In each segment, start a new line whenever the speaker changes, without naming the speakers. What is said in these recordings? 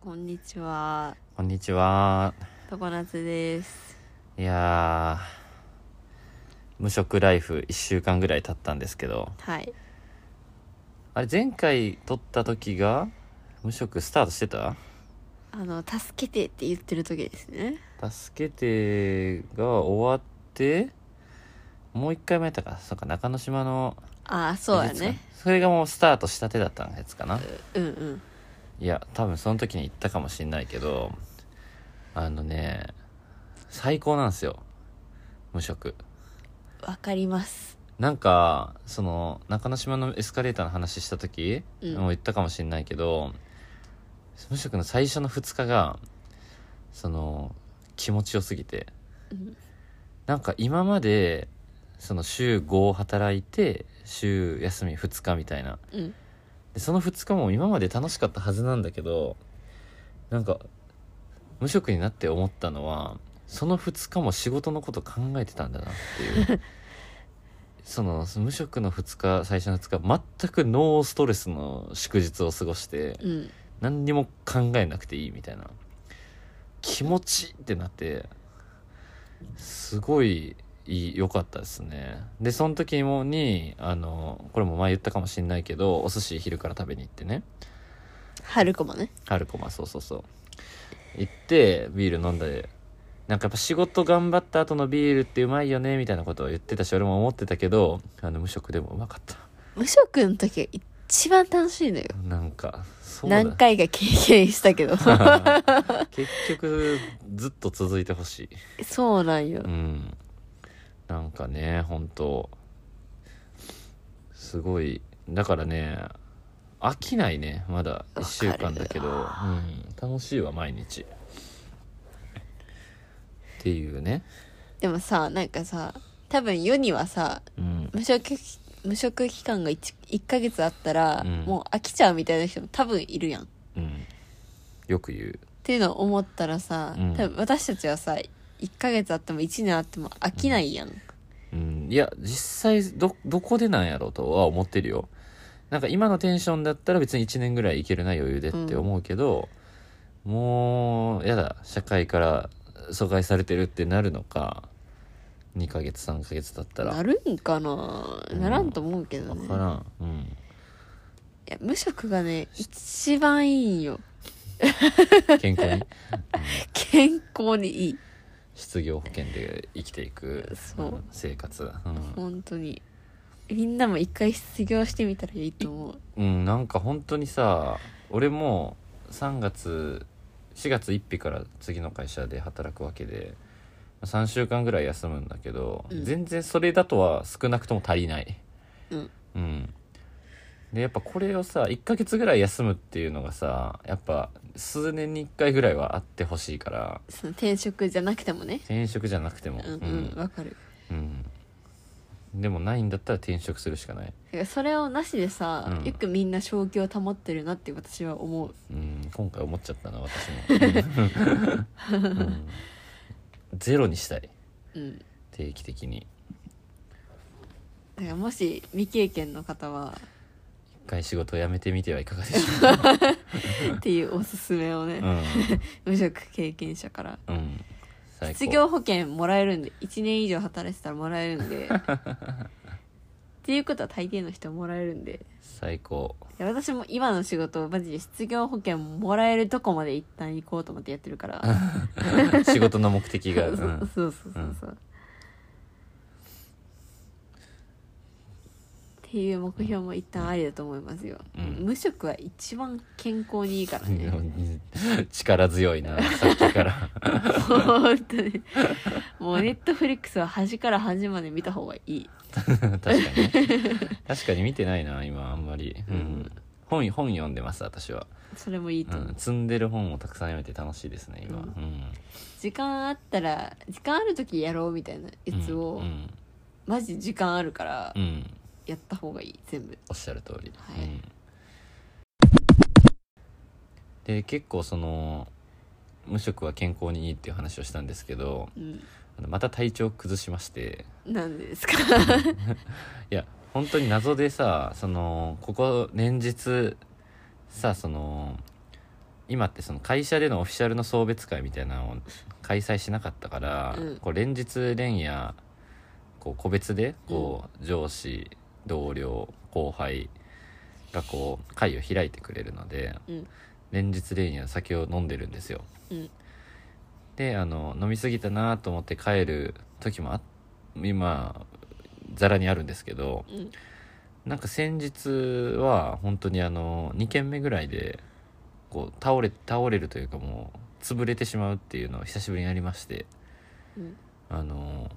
こんにちは、
こんにちは。
常夏です。
いやー、無職ライフ1週間ぐらい経ったんですけど、
はい。
あれ前回撮った時が、無職スタートしてた
あの、助けてって言ってる時ですね。
助けてが終わって、もう1回もやったか、そうか、中之島の、
ああ、そうやね。。
それがもうスタートしたてだったやつかな。
うんうん。
いや、多分その時に言ったかもしんないけど、あのね、最高なんですよ。無職。
わかります。
なんかその中之島のエスカレーターの話した時、
うん
もう言ったかもしれないけど無職の最初の2日がその気持ちよすぎて
うん
なんか今までその週5働いて週休み2日みたいな
うん。
でその2日も今まで楽しかったはずなんだけどなんか無職になって思ったのはその2日も仕事のこと考えてたんだなっていうそのその無職の2日最初の2日全くノーストレスの祝日を過ごして
うん。
何にも考えなくていいみたいな気持ちいいってなってすごいいい良かったですねでその時もにあのこれも前言ったかもしれないけどお寿司昼から食べに行ってね
春子もね。
春駒そうそうそう行ってビール飲んだでなんかやっぱ仕事頑張った後のビールってうまいよねみたいなことを言ってたし俺も思ってたけどあの無職でもうまかった
無職の時が一番楽しいのよ。
なんかそうだ
何回か経験した けど。
結局ずっと続いてほしい
そうなんよ
う。んなんかね本当すごいだからね飽きないねまだ1週間だけど、
わ
うん、楽しいわ毎日っていうね
でもさ、なんかさ、多分世にはさ、
うん
無職、無職期間が 1, 一ヶ月あったら、
うん
もう飽きちゃうみたいな人も多分いるやん。
うんよく言う
っていうのを思ったらさ、
うん
多分私たちはさ1ヶ月あっても1年あっても飽きないやん、
うん、いや実際どどこでなんやろうとは思ってるよなんか今のテンションだったら別に1年ぐらいいけるな余裕でって思うけど、もうやだ社会から疎外されてるってなるのか2ヶ月3ヶ月だったら
なるんかな、
うん
ならんと思うけど
分
ね
からんうん
いや無職がね一番いいんよ
健 康に
健康にいい
失業保険で生きていく
そうん
生活、うん
本当にみんなも一回失業してみたらいいと思う
うん、なんか本当にさ俺も3月4月1日から次の会社で働くわけで3週間ぐらい休むんだけど、
うん
全然それだとは少なくとも足りない
うん、
うんでやっぱこれをさ1ヶ月ぐらい休むっていうのがさやっぱ数年に1回ぐらいはあってほしいから
その転職じゃなくてもね
転職じゃなくても
うん
う
うんわ、
ん
かる
うんでもないんだったら転職するしかない、
だからそれをなしでさ、
うん
よくみんな正気を保ってるなって私は思う
うん、今回思っちゃったな私も、うんゼロにしたい
うん
定期的に
だからもし未経験の方は
一回仕事を辞めてみてはいかがでしょ
っていうおすすめをね、
うか
無職経験者から
うん、うん、最
失業保険もらえるんで1年以上働いてたらもらえるん でっていうことは大抵の人もらえるんで
最高
いや私も今の仕事をマジで失業保険もらえるとこまで一旦行こうと思ってやってるから
仕事の目的が、、
そううそうんそうそうそうっていう目標も一旦ありだと思いますよ、
うん
無職は一番健康にいいからね
力強いなさっきから
本当にもうネットフリックスは端から端まで見た方がいい
確かにね確かに見てないな今あんまり、うん
うん
本本読んでます私は、
それもいいうと思う、
ん、積んでる本をたくさん読めて楽しいですね今、
う
うんん
時間あったら時間ある時やろうみたいなやつを、
うん
マジ時間あるから
うんうん
やった方がいい全部
おっしゃる通り、
はい
うんで結構その無職は健康にいいっていう話をしたんですけど
うん
あのまた体調を崩しまして
なんでですか
いや本当に謎でさそのここ連日さその今ってその会社でのオフィシャルの送別会みたいなのを開催しなかったから、
うん
こう連日連夜こう個別でこう上司同僚後輩がこう会を開いてくれるので、
うん
連日連夜酒を飲んでるんですよ。
うん
であの飲み過ぎたなと思って帰る時もあ今ざらにあるんですけど
うん
なんか先日は本当にあの2軒目ぐらいでこう倒れ倒れるというかもう潰れてしまうっていうのを久しぶりにありまして
うん
あの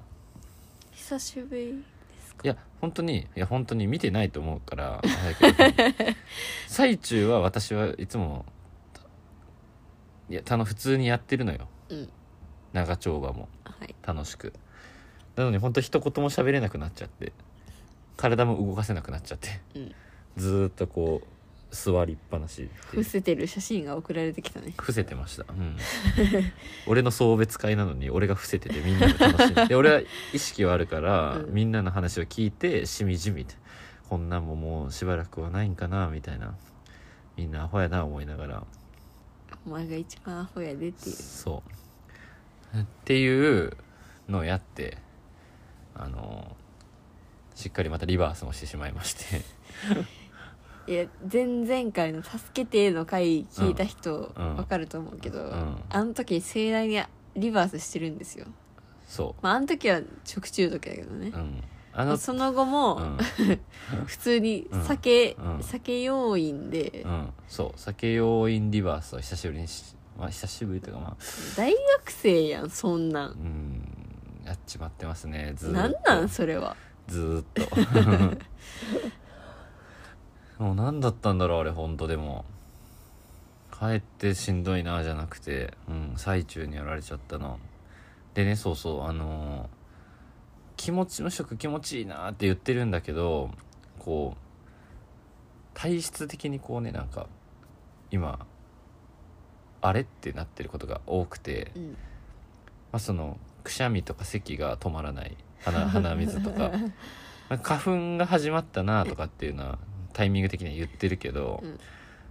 久しぶりですか
いや本当にいや本当に見てないと思うから早く言 うけど最中は私はいつもいやたの普通にやってるのよ
うん
長丁場も
はい
楽しくなのに本当一言も喋れなくなっちゃって体も動かせなくなっちゃって、
うん
ずーっとこう座りっぱなしってい
伏
う
せてる写真が送られてきたね
伏せてました、うん 俺の送別会なのに俺が伏せててみんなが楽しんでで俺は意識はあるから、
うん
みんなの話を聞いてしみじみってこんなんももうしばらくはないんかなみたいなみんなアホやな思いながら
お前が一番アホやでっていう
そうっていうのをやってあのしっかりまたリバースもしてしまいまして
いや前々回の「助けて」の回聞いた人
うんうん
わかると思うけど、
ん
あの時盛大にリバースしてるんですよ
そ
まああの時は食中毒やけどね、
う、うん、あ
ま
の
あその後
う
も
ん、
普通に酒、
うんうん
酒要因で、
うん、そう酒用インリバースを久しぶりにし、まあ、久しぶりというかまあ
大学生やんそんなん
うんやっちまってますねずーっと
なんなんそれは
ずーっともう何だったんだろうあれ本当でも帰ってしんどいなじゃなくて、うん、最中にやられちゃったなでねそうそうあのー気持ち無職気持ちいいなって言ってるんだけどこう体質的にこうねなんか今あれってなってることが多くて、
うん
まあ、そのくしゃみとか咳が止まらない鼻 鼻水とかまあ花粉が始まったなとかっていうのはタイミング的には言ってるけど、
うん
で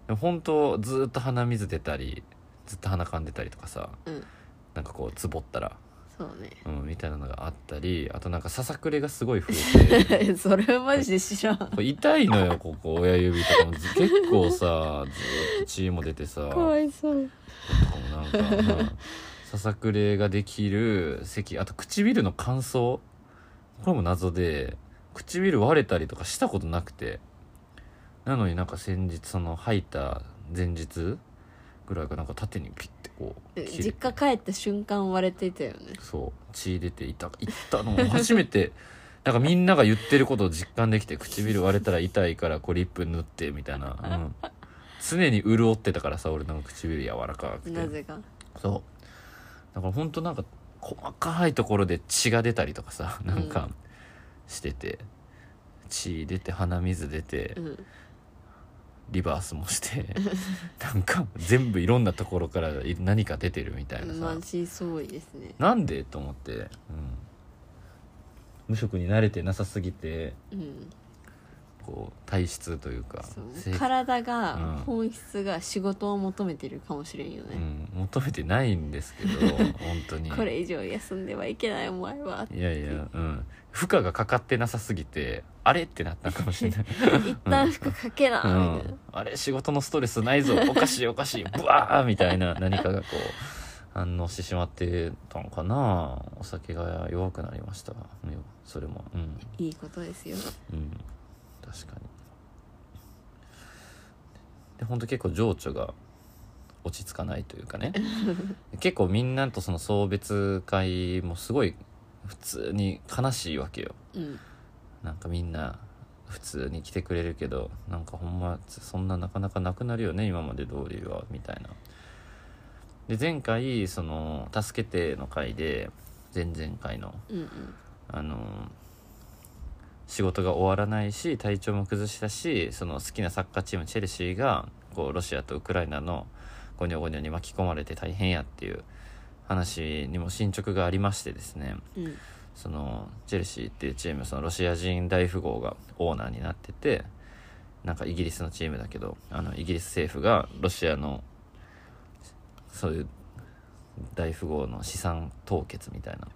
も本当ずーっと鼻水出たりずっと鼻かんでたりとかさ、
うん
なんかこうつぼったら、
そうね
うん、みたいなのがあったりあとなんかささくれがすごい増えて
それはマジで知らん
これ痛いのよここ親指とかもず結構さずーっと血も出てさ
かわいそう
なんか、うんささくれができる咳あと唇の乾燥これも謎で唇割れたりとかしたことなくてなのになんか先日その吐いた前日ぐらいがなんか縦にピッてこう
え
切れ
実
て
家帰った瞬間割れてたよね
そう血出て痛いったの初めてなんかみんなが言ってることを実感できて唇割れたら痛いからこうリップ塗ってみたいな、うん、常に潤ってたからさ俺なんか唇柔らかくて
なぜか
そうだからほんとなんか細かいところで血が出たりとかさなんかしてて、血出て鼻水出て
うん
リバースもして なんか全部いろんなところからい何か出てるみたいな
ま
さ
あしそうですね
なんでと思って、うん、無職に慣れてなさすぎて
うん
こう体質というか
そう
性格
体
うん
が本質が仕事を求めてるかもしれんよ
う
ね、
ん、求めてないんです けど本当に
これ以上休んではいけないお前はい
やいや、うん、負荷がかかってなさすぎてあれってなったかもしれない
一旦服かけな、
う、
みたいなん
あれ仕事のストレスない ぞおかしいおかしいブワーみたいな何かがこう反応してしまってたのかなお酒が弱くなりましたうんそれもうん、
いいことですよ
うん、確かにで本当結構情緒が落ち着かないというか ね結構みんなとその送別会もすごい普通に悲しいわけよ
うん
なんかみんな普通に来てくれるけどなんかほんまそんななかなかなくなるよね今まで通りはみたいなで前回その「助けて」の回で前々回の
うんうん
あの仕事が終わらないし体調も崩したしその好きなサッカーチームチェルシーがこうロシアとウクライナのゴニョゴニョに巻き込まれて大変やっていう話にも進捗がありましてですね
うん
そのチェルシーっていうチームそのロシア人大富豪がオーナーになっててなんかイギリスのチームだけどあのイギリス政府がロシアのそういう大富豪の資産凍結みたいな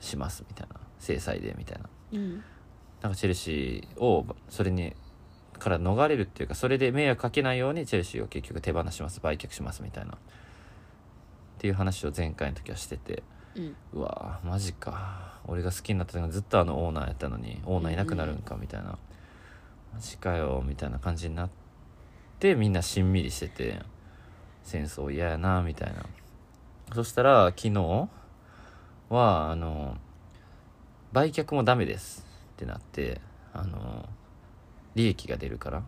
しますみたいな制裁でみたいな
うん
なんかチェルシーをそれにから逃れるっていうかそれで迷惑かけないようにチェルシーを結局手放します売却しますみたいなっていう話を前回の時はしてて
うん
うわーマジか俺が好きになったのがずっとあのオーナーやったのにオーナーいなくなるんかみたいな、マジかよみたいな感じになってみんなしんみりしてて戦争嫌やなみたいなそしたら昨日はあの売却もダメですってなってあの利益が出るから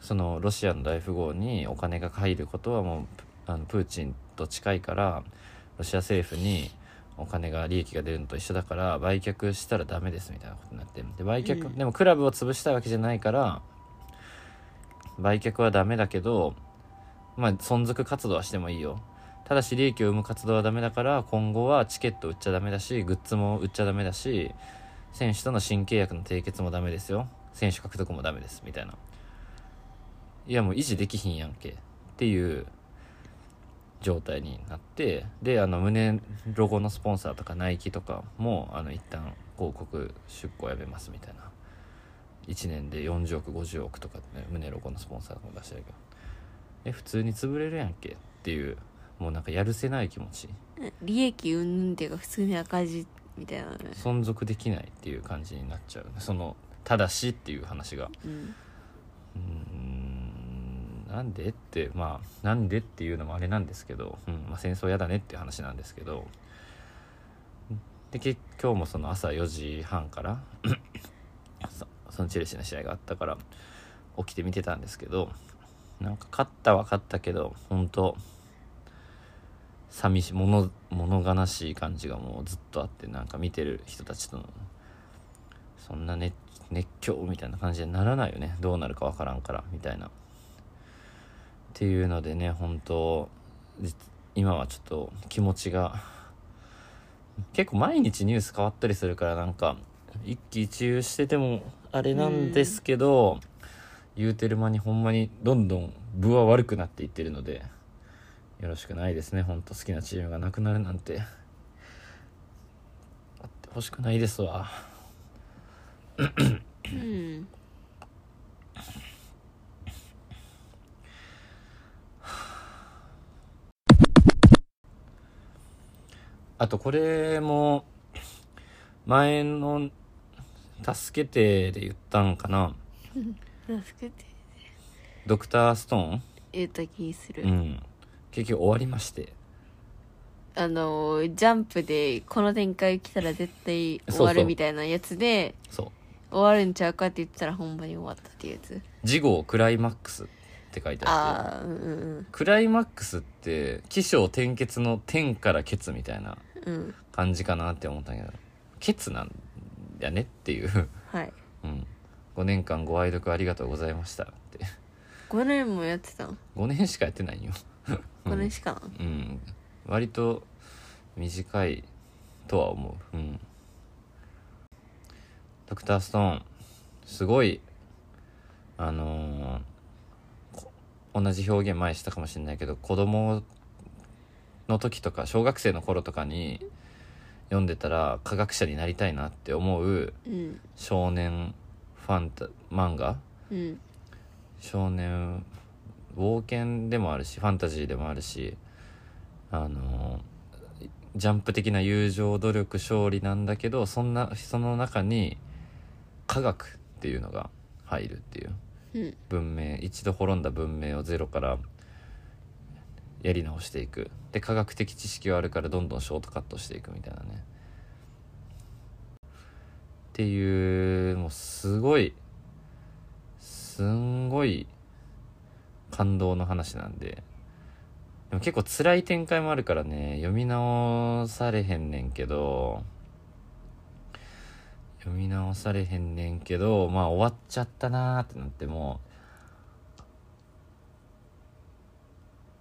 そのロシアの大富豪にお金が入ることはもうあのプーチンと近いからロシア政府にお金が利益が出るのと一緒だから売却したらダメですみたいなことになってで売却、
うん
でもクラブを潰したいわけじゃないから売却はダメだけどまあ存続活動はしてもいいよただし利益を生む活動はダメだから今後はチケット売っちゃダメだしグッズも売っちゃダメだし選手との新契約の締結もダメですよ選手獲得もダメですみたいないやもう維持できひんやんけっていう状態になってであの胸ロゴのスポンサーとかナイキとかもあの一旦広告出稿やめますみたいな1年で40億50億とか、ね、胸ロゴのスポンサーとかも出してるけどえ普通に潰れるやんけっていうもうなんかやるせない気持ち
利益云々っていうか普通に赤字みたいなね
存続できないっていう感じになっちゃうねそのただしっていう話が
うん
うーんなんでってまあなんでっていうのもあれなんですけど、うんまあ、戦争嫌だねっていう話なんですけどでけ今日もその朝4時半から そそのチェルシーの試合があったから起きて見てたんですけどなんか勝ったは勝ったけど本当寂しい物物悲しい感じがもうずっとあってなんか見てる人たちとのそんな熱熱狂みたいな感じにならないよねどうなるかわからんからみたいなっていうのでね本当じ今はちょっと気持ちが結構毎日ニュース変わったりするからなんか一喜一憂しててもあれなんですけど、言うてる間にほんまにどんどん分は悪くなっていってるのでよろしくないですねほんと好きなチームがなくなるなんてあってほしくないですわ。
うん
あとこれも前の「助けて」で言ったんかな
助けて
ドクターストーン、
言った気する、
うん、結局終わりまして
あのジャンプでこの展開来たら絶対終わるみたいなやつで
そう
終わるんちゃうかって言ってたらほんまに終わったっていうやつ
「次号クライマックス」って書いて
あ
あって
あうんうん
クライマックスって起承転結の「天からケツ」みたいな
うん
感じかなって思ったんやけどケツなんやねっていう、
はい
うん、5年間ご愛読ありがとうございましたって
5年もやってたの
5年しかやってないんよ
5年しかな、
うん割と短いとは思ううんドクターストーンすごいあのーこ同じ表現前したかもしれないけど子供の時とか小学生の頃とかに読んでたら科学者になりたいなって思う
うん
少年ファンタ漫画
うん
少年冒険でもあるしファンタジーでもあるしあのジャンプ的な友情努力勝利なんだけどそんなその中に科学っていうのが入るっていう
うん
文明一度滅んだ文明をゼロからやり直していくで科学的知識はあるからどんどんショートカットしていくみたいなねっていうもうすごいすんごい感動の話なんででも結構辛い展開もあるからね読み直されへんねんけど読み直されへんねんけどまあ終わっちゃったなーってなっても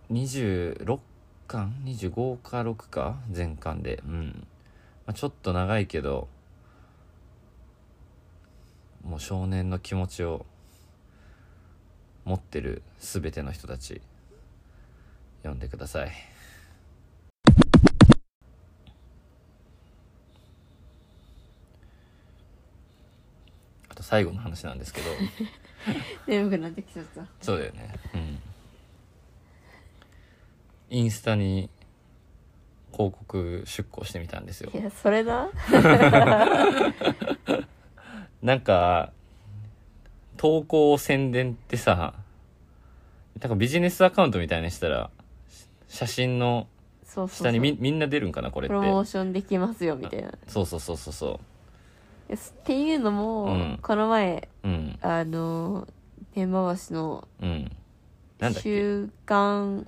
う26巻25か6か全巻でうん、まあ、ちょっと長いけどもう少年の気持ちを持ってる全ての人たち読んでくださいあと最後の話なんですけど
眠くなってきちゃった
そうだよねうんインスタに広告出稿してみたんですよ
いやそれな
なんか、投稿宣伝ってさ、なんかビジネスアカウントみたいにしたら、し写真の
そうそうそう
下にみみんな出るんかな、これっ
プロモー
て。
ションできますよみたいない
そうそうそうそうそ
やすっていうのも、
うん
この前
う。うん。
あの根回しの
うん。なんだっけ
週刊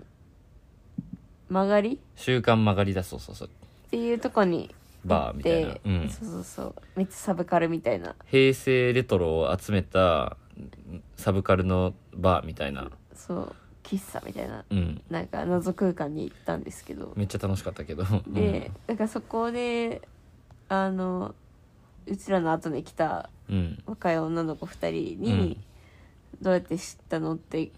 曲がり
週刊曲がりだ、そうそうそう。
っていうとこに
バーみたいな
で。
うん。
そうそうそうめっちゃサブカルみたいな
平成レトロを集めたサブカルのバーみたいな。
そう喫茶みたいな
うん。
なんか謎空間に行ったんですけど
めっちゃ楽しかったけど。
で、なんかそこであのうちらの後に来た
うん。うん。
若い女の子2人に、どうやって知ったのって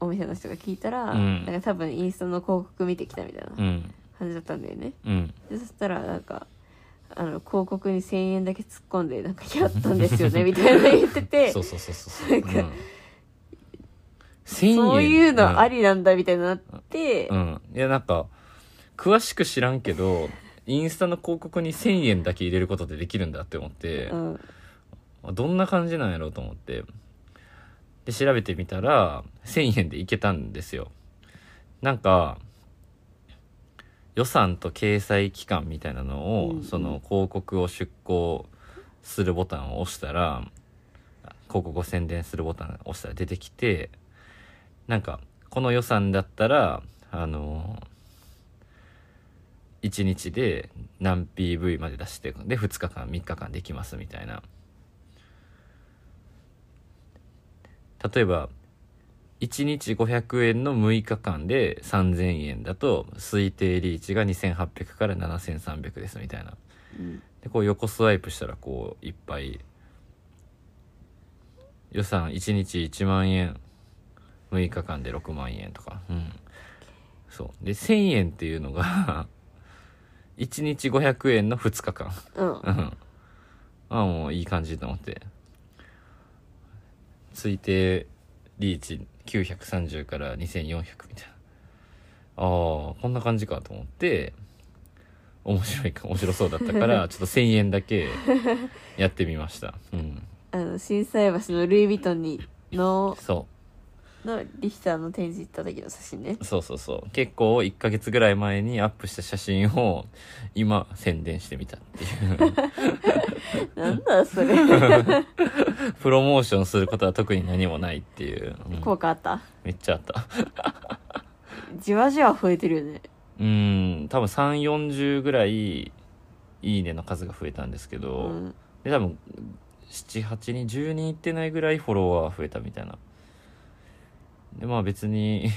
お店の人が聞いたら、
うん
なんか多分インスタの広告見てきたみたいな
うん。
感じだったんだよね。
うん。
でそしたらなんかあの広告に1,000円だけ突っ込んでなんかやったんですよ ねみたいなの言ってて
そうそうそうそうそう。
なんか
うん1000円
そういうのあ
ん
りなんだみたいになって、
うん。いや、なんか、詳しく知らんけど、インスタの広告に1000円だけ入れることでできるんだって思って、
うん
どんな感じなんやろうと思って。で、調べてみたら、1000円でいけたんですよ。なんか、予算と掲載期間みたいなのを、
うんうん
その広告を出稿するボタンを押したら、広告を宣伝するボタンを押したら出てきて、なんか、この予算だったら、あの1日で何 PV まで出して、で、2日間、3日間できますみたいな。例えば、1日500円の6日間で3000円だと、推定リーチが2800から7300ですみたいな。
うん
でこう横スワイプしたらこういっぱい予算1日1万円6日間で6万円とかうんそうで1000円っていうのが 1日500円の2日間
うん
う、んああもういい感じと思って推定リーチ930から2400みたいなああこんな感じかと思って面白いか面白そうだったからちょっと1000円だけやってみましたうん
あの心斎橋のルイ・ヴィトンにの
そ
のリヒターの展示行った時の写 真ね
うそうそうそう結構1ヶ月ぐらい前にアップした写真を今宣伝してみたっていう
なんだそ れ
プロモーションすることは特に何もないっていう、うん
効果あった
めっちゃあった
じわじわ増えてるよね
うん多分3 4 0ぐらい「いいね」の数が増えたんですけ
う
ど、
ん
で多分78人10人いってないぐらいフォロワー増えたみたいなでまあ別に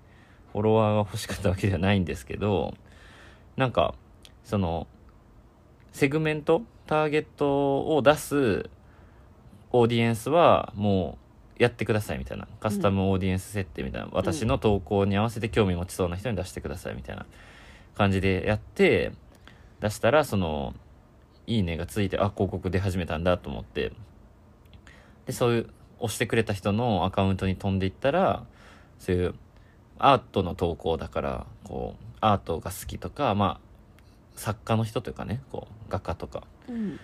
フォロワーが欲しかったわけじゃないんですけどなんかそのセグメントターゲットを出すオーディエンスはもうやってくださいみたいなカスタムオーディエンス設定みたいな、私の投稿に合わせて興味持ちそうな人に出してくださいみたいな感じでやって出したらそのいいねがついてあ広告出始めたんだと思ってでそういう押してくれた人のアカウントに飛んでいったらそういうアートの投稿だからこうアートが好きとかまあ作家の人というかねこう画家とか
うん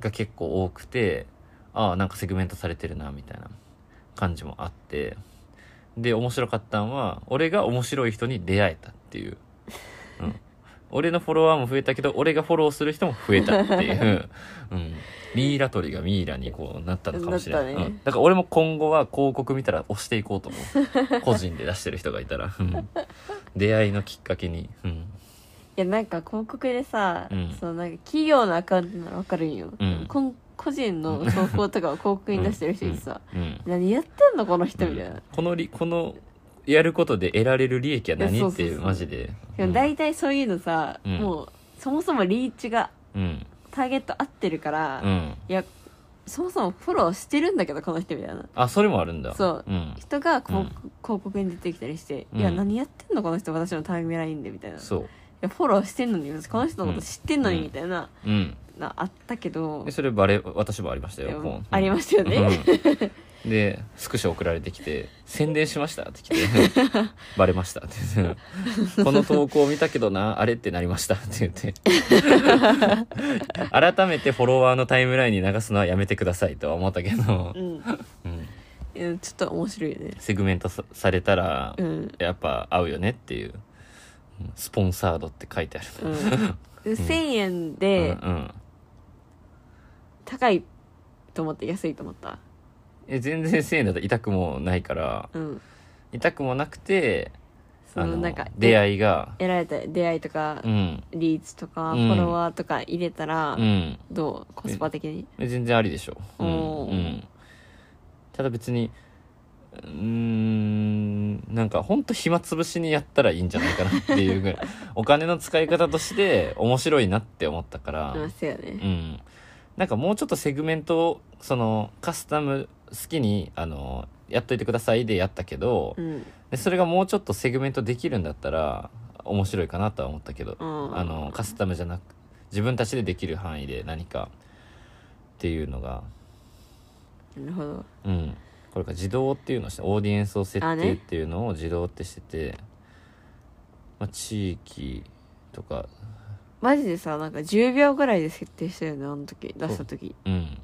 が結構多くてああなんかセグメントされてるなみたいな感じもあってで面白かったんは俺が面白い人に出会えたっていう、うん、俺のフォロワーも増えたけど俺がフォローする人も増えたって いう、うん、ミイラ取りがミイラにこうなったのかもしれない
なったね
うん、だから俺も今後は広告見たら押していこうと思 う個人で出してる人がいたら、うん、出会いのきっかけに、うん、
いやなんか広告でさ、
うん
そのなんか企業のアカウントならわかるんよ、
うん
こん個人の投稿とかを広告に出してる人にさ、
うん、
何やってんのこの人みたいな、
うんこのりこのやることで得られる利益は何
いやそう
っ
そうそ
て
う
いうマジで
でも大体そういうのさ、
うん
もうそもそもリーチが
うん
ターゲット合ってるから、
う
い
ん
やそもそもフォローしてるんだけどこの人みたいな
あそれもあるんだ
そう
うん
人がこう、
うん
広広告に出てきたりして「
うん
いや何やってんのこの人私のタイムラインで」みたいな「い
そう
やフォローしてんのに私この人のこと知ってんのに」
うん
みたいな、
うん
なあったけど
でそれバレ私もありました
いや
よもう
ありましたよね、
うんでスクショ送られてきて「宣伝しました」 って来て「バレました」って言って「 この投稿見たけどなあれってなりました」って言って 改めてフォロワーのタイムラインに流すのはやめてくださいとは思ったけど
う、ん
うん
いやちょっと面白いよね
セグメントさされたら
うん
やっぱ合うよねっていううん「スポンサード」って書いてある
うんで1000円で
うんうん
高いと思って安いと思った
え全然1000円だったら痛くもないから
うん
痛くもなくて
そのなんか
出会いが
得られた出会いとか、
うん
リーチとか、
うん
フォロワーとか入れたら、
うん
どうコスパ的に
全然ありでしょう、うん
おー
うん、ただ別にうーんなんかほんと暇つぶしにやったらいいんじゃないかなっていうぐらいお金の使い方として面白いなって思ったから、
うんそうやね
うん、なんかもうちょっとセグメントをそのカスタム好きにあのやっといてくださいでやったけど、
うん
でそれがもうちょっとセグメントできるんだったら面白いかなとは思ったけど、
うん
あのカスタムじゃなく自分たちでできる範囲で何かっていうのが、
なるほど
うん、これか自動っていうのをしてオーディエンスを設
あ
定
ね
っていうのを自動ってしてて、まあ、地域とか
マジでさなんか10秒ぐらいで設定したよねあの時出した時
うん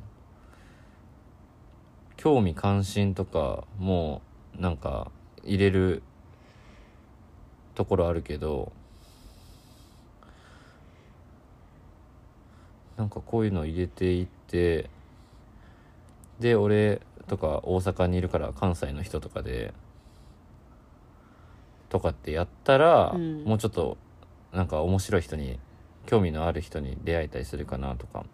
興味関心とかもなんか入れるところあるけどなんかこういうの入れていってで俺とか大阪にいるから関西の人とかでとかってやったら、
うん
もうちょっとなんか面白い人に興味のある人に出会えたりするかなとか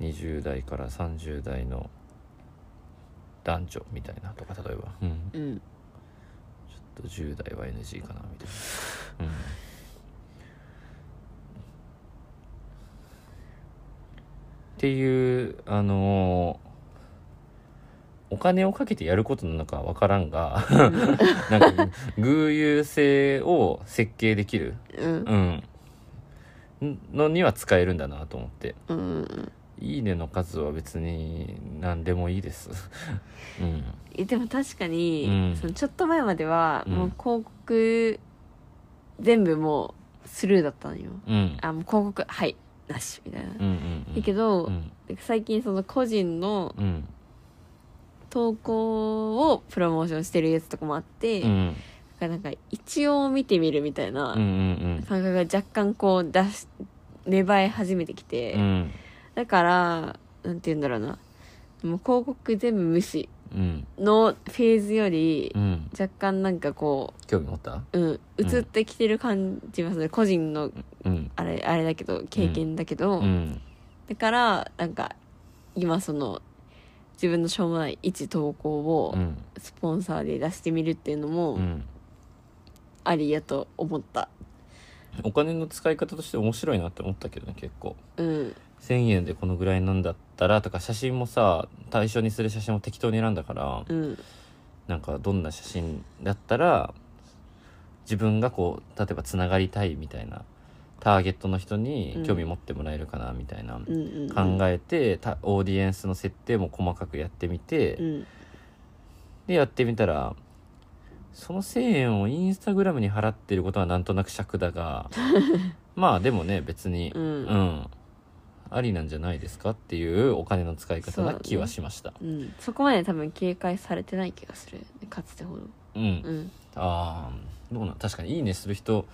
20代から30代の男女みたいなとか例えば、うん、
うん
ちょっと10代は NG かなみたいな、うん、っていうあのーお金をかけてやることなのかわからんが なんか 偶有性を設計できる、
うん
うん、のには使えるんだなと思って
うんうん
「いいね」の数は別に何でもいいです、 うん、
えでも確かに、
うん
そのちょっと前までは、
うん
もう広告全部もうスルーだったのよ
うん
あもう広告はいなしみたいな、
うんうんうん
だけど、
うん
最近その個人の
うん
投稿をプロモーションしてるやつとかもあって、
うん
なんか一応見てみるみたいな
うんうん
感覚が若干こう出し芽生え始めてきて、
うんうん
だからなんて言うんだろうなもう広告全部無視
うん
のフェーズより
うん
若干なんかこ
興味持った
う、うん、移ってきてる感じはする、個人の
うん
あれあれだけど経験だけど、
うん
だからなんか今その自分のしょうもない一投稿を
うん
スポンサーで出してみるっていうのも
うん
ありやと思った
お金の使い方として面白いなって思ったけどね結構
うん
1000円でこのぐらいなんだったらとか写真もさ対象にする写真も適当に選んだから
うん
なんかどんな写真だったら自分がこう例えばつながりたいみたいなターゲットの人に興味持ってもらえるかなみたいな、
うんうん
考えてたオーディエンスの設定も細かくやってみて、
うん
でやってみたらその1,000円をインスタグラムに払ってることはなんとなく尺 だがまあでもね別に、
う
うんんありなんじゃないですかっていうお金の使い方な気はしましたう,、
うん、そこまで多分警戒されてない気がするかつてほど
ん
うん
ああどうなん確かに「いいね」する人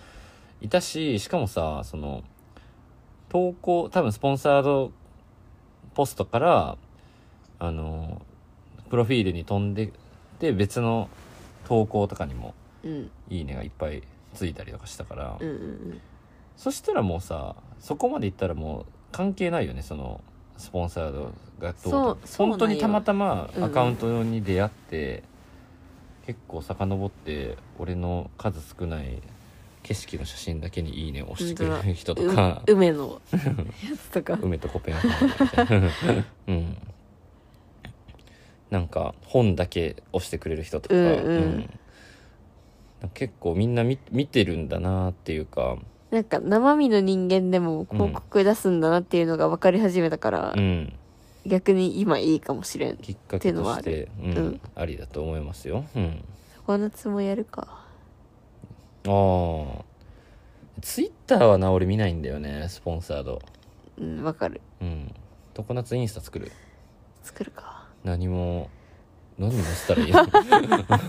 いたししかもさその投稿多分スポンサードポストからあのプロフィールに飛んでで別の投稿とかにも
うん
「いいね」がいっぱいついたりとかしたから、
うんうん
そしたらもうさそこまでいったらもう関係ないよねそのスポンサードがど
そうそうなん
本
よ
当にたまたま
うんうん
アカウントに出会って、結構遡って俺の数少ない景色の写真だけに「いいね」を押してくれる人
う
と
ん
か
う梅のやつとか
梅とコペンハーゲンみたいなうんっなんか本だけ押してくれる人とか,、
うんうん
なんか結構みんな見見てるんだなっていうか、
なんか生身の人間でも
うん
広告出すんだなっていうのが分かり始めたから、
うん、
逆に今いいかもしれん
きっかけとしてうん
うん
ありだと思いますよ、うん、
常夏もやるか
ああツイッターはな俺見ないんだよねスポンサード
うん分かる
うん常夏インスタ作る
作るか
何も何載せたらいい の
確か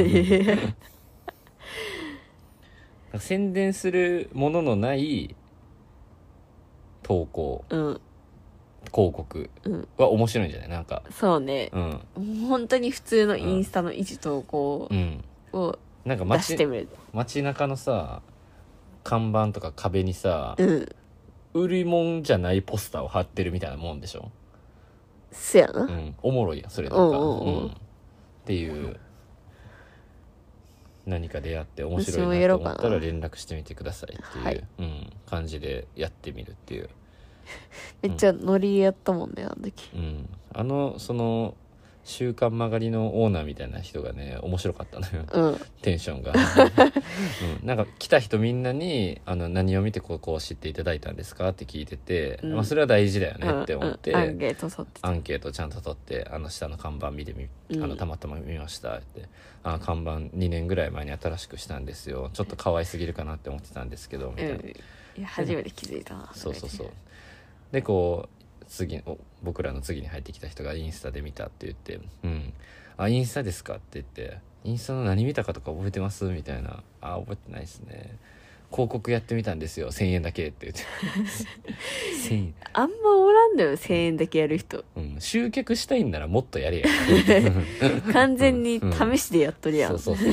に
宣伝するもののない投稿
うん
広告
うん
は面白いんじゃないなんか
そうね
うん
本当に普通のインスタの一投稿
うん
を
なんか
出して
街
みる
街中のさ看板とか壁にさ
うん
売り物じゃないポスターを貼ってるみたいなもんでしょ
そや
う、
なん
おもろいやんそれなんか、
うんうんうん
うんっていう何か出会って面
私
白
も
い
や
な
ろ
と
う
思
かな
ったら連絡してみてくださいっていう、
はい
うん、感じでやってみるっていう、
めっちゃノリやったもんねあの時
うん、あのその「週刊曲がり」のオーナーみたいな人がね面白かったのよ
うん
テンショ ンが、うん、なんか来た人みんなにあの何を見てここを知っていただいたんですかって聞いてて、
うん
まあ、それは大事だよ
うん
ねって思って、
うんアンケート取って
アンケートちゃんと取ってあの下の看板見てみあ
うん
のたまたま見ましたってあ看板2年ぐらい前に新しくしたんですよちょっと可愛すぎるかなって思ってたんですけどみたいな、
うんいや初めて気づいたな
そうそうそうでこう次お僕らの次に入ってきた人がインスタで見たって言って「うんあインスタですか?」って言って「インスタの何見たかとか覚えてます?」みたいな「あ覚えてないですね広告やってみたんですよ1000円だけ」って言って 「1000円
あんまおらんだよ1000円だけやる人
うん集客したいんならもっとやれ や」
完全に試しでやっとるやん、
そうそうそうう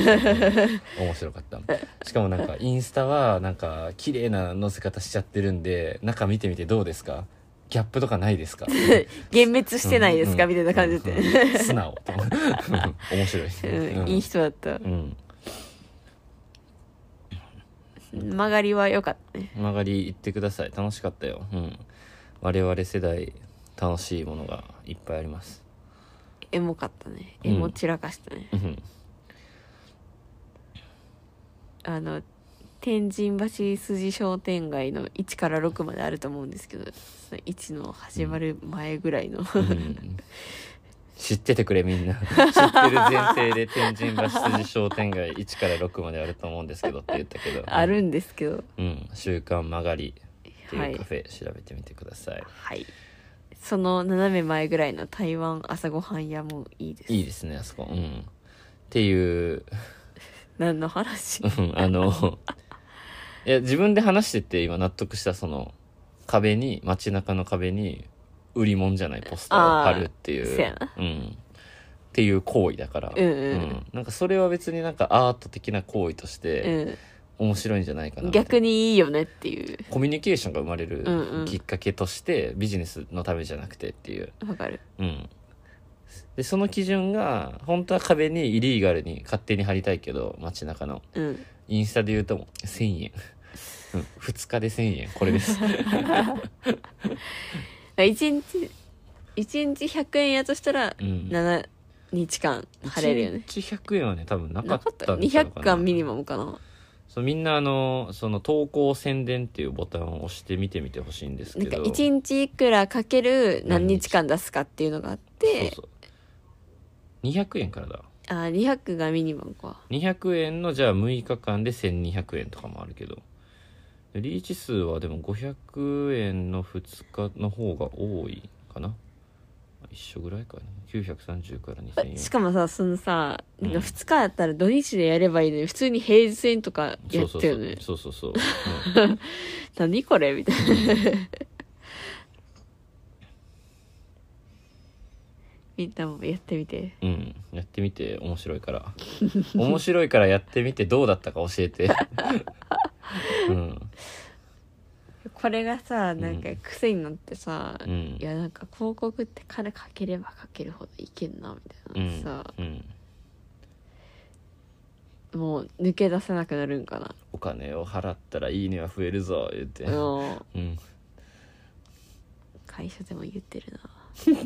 ん面白かったしかもなんかインスタはなんか綺麗な載せ方しちゃってるんで中見てみてどうですかギャップとかないですか
幻滅 してないですか、
うん
みたいな感じで、
うん素直 うん面白いで す
う
ね
ん
うん
いい人だった
うん
曲がりは良かったね
曲がり行ってください楽しかったよ、うん、我々世代楽しいものがいっぱいあります
エモかったね
うん
エモ散らかしたね、
うん
あの天神橋筋商店街の1から6まであると思うんですけどその1の始まる前ぐらいの、
うん知っててくれみんな知ってる前提で天神橋筋商店街1から6まであると思うんですけどって言ったけど
あるんですけど
うん「週刊曲がり」って
はいいう
カフェ調べてみてください、
はいその斜め前ぐらいの台湾朝ごはん屋もいいです
い、いですねあそこうんっていう
何の話
うんあのいや自分で話してて今納得したその壁に街中の壁に売り物じゃないポスターを貼るってい
あー
う
せやな
うん、っていう行為だから、
うんうん
なんかそれは別になんかアート的な行為とし
う
て
ん
面白いんじゃないかなみたいな
逆にいいよねっていう
コミュニケーションが生まれる
うんうん
きっかけとしてビジネスのためじゃなくてっていう
わかる
うん。で、その基準が、本当は壁にイリーガルに勝手に貼りたいけど、街中の。
うん
インスタで言うとも、1000円。うん、2日で1000円。こ れです。
一日一日100円やとしたら
うん。
7日間晴れるよね
1日100円はね、多分なか
な
っ
かった
たんちゃうか
200
な
巻ミニマムかな
そう、みんなあの、その投稿宣伝っていうボタンを押して見てみてほしいんです
なん
け
か
ど。
1日いくらかける何日間出すかっていうのがあって
そうそう。200円からだ。
あー200がミニマムか
200円のじゃあ6日間で1200円とかもあるけどリーチ数はでも500円の2日の方が多いかな一緒ぐらいかな930から2000円
しかもさそのさ、
う
なん
ん
か2日やったら土日でやればいいのに普通に平日にとかやったよね
そうそうそうそうそうそう、うん
何これみたいな みんなもやってみて
うん、やってみて面白いから 面白いからやってみてどうだったか教え てうん
これがさ
ん
なんか癖になってさ、
う
い
ん
やなんか広告って金かければかけるほどいけんなみた
う
い
ん
なさ、
うん
もう抜け出せなくなるんかな
お金を払ったらいいねは増えるぞ言って
あの
うん
会社でも言ってるな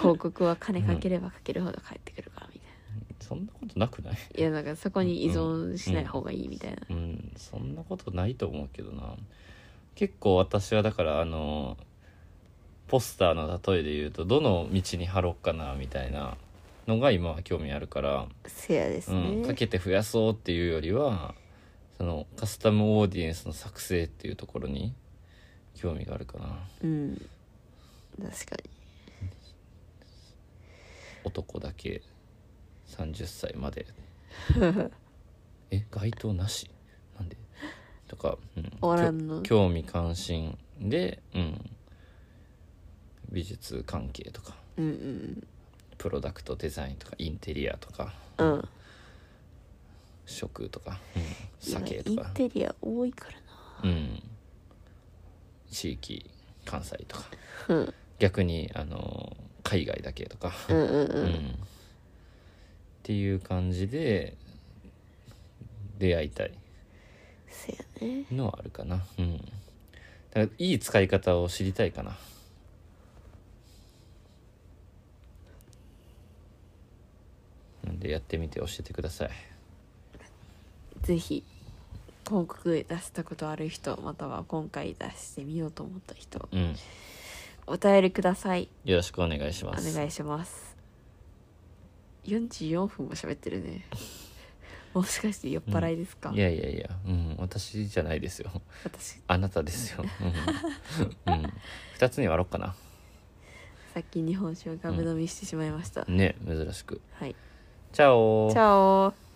広告は金かければかけるほど返ってくるからみたい
そんなことなくない
ないやなんかそこに依存しない方がいいみたいな
うんそんなことないと思うけどな結構私はだからあのポスターの例えで言うとどの道に貼ろうかなみたいなのが今は興味あるから、
せやです
う
ね、
ん、かけて増やそうっていうよりはそのカスタムオーディエンスの作成っていうところに興味があるかな
うん確かに
男だけ30歳 までえ該当なしなんでとか、うん、
おらんの
きょ興味関心で、うん、美術関係とか
うん
プロダクトデザインとかインテリアとか
うんうん
食とか、うん、
今
酒
イ
と
ン
か、
テリア多いから
うん、地域関西とか
なうん
逆にあの海外だけとか。
うんうんう
うん
ん
っていう感じで出会いたい
せやね
のはあるかなうんだからいい使い方を知りたいかななんでやってみて教えてください
ぜひ広告出したことある人または今回出してみようと思った人
うん
お便りください
よろしくお願いし
お
ます
願いします44分も喋ってるね もしかして酔っ払いですか、
いやいやいや、うん、私じゃないですよ
私
あなたですよ、うんうん、2つに割ろうかな
さっき日本酒をガブ飲みしてしまいました、
ね珍しく
はい
チャオ
チャオ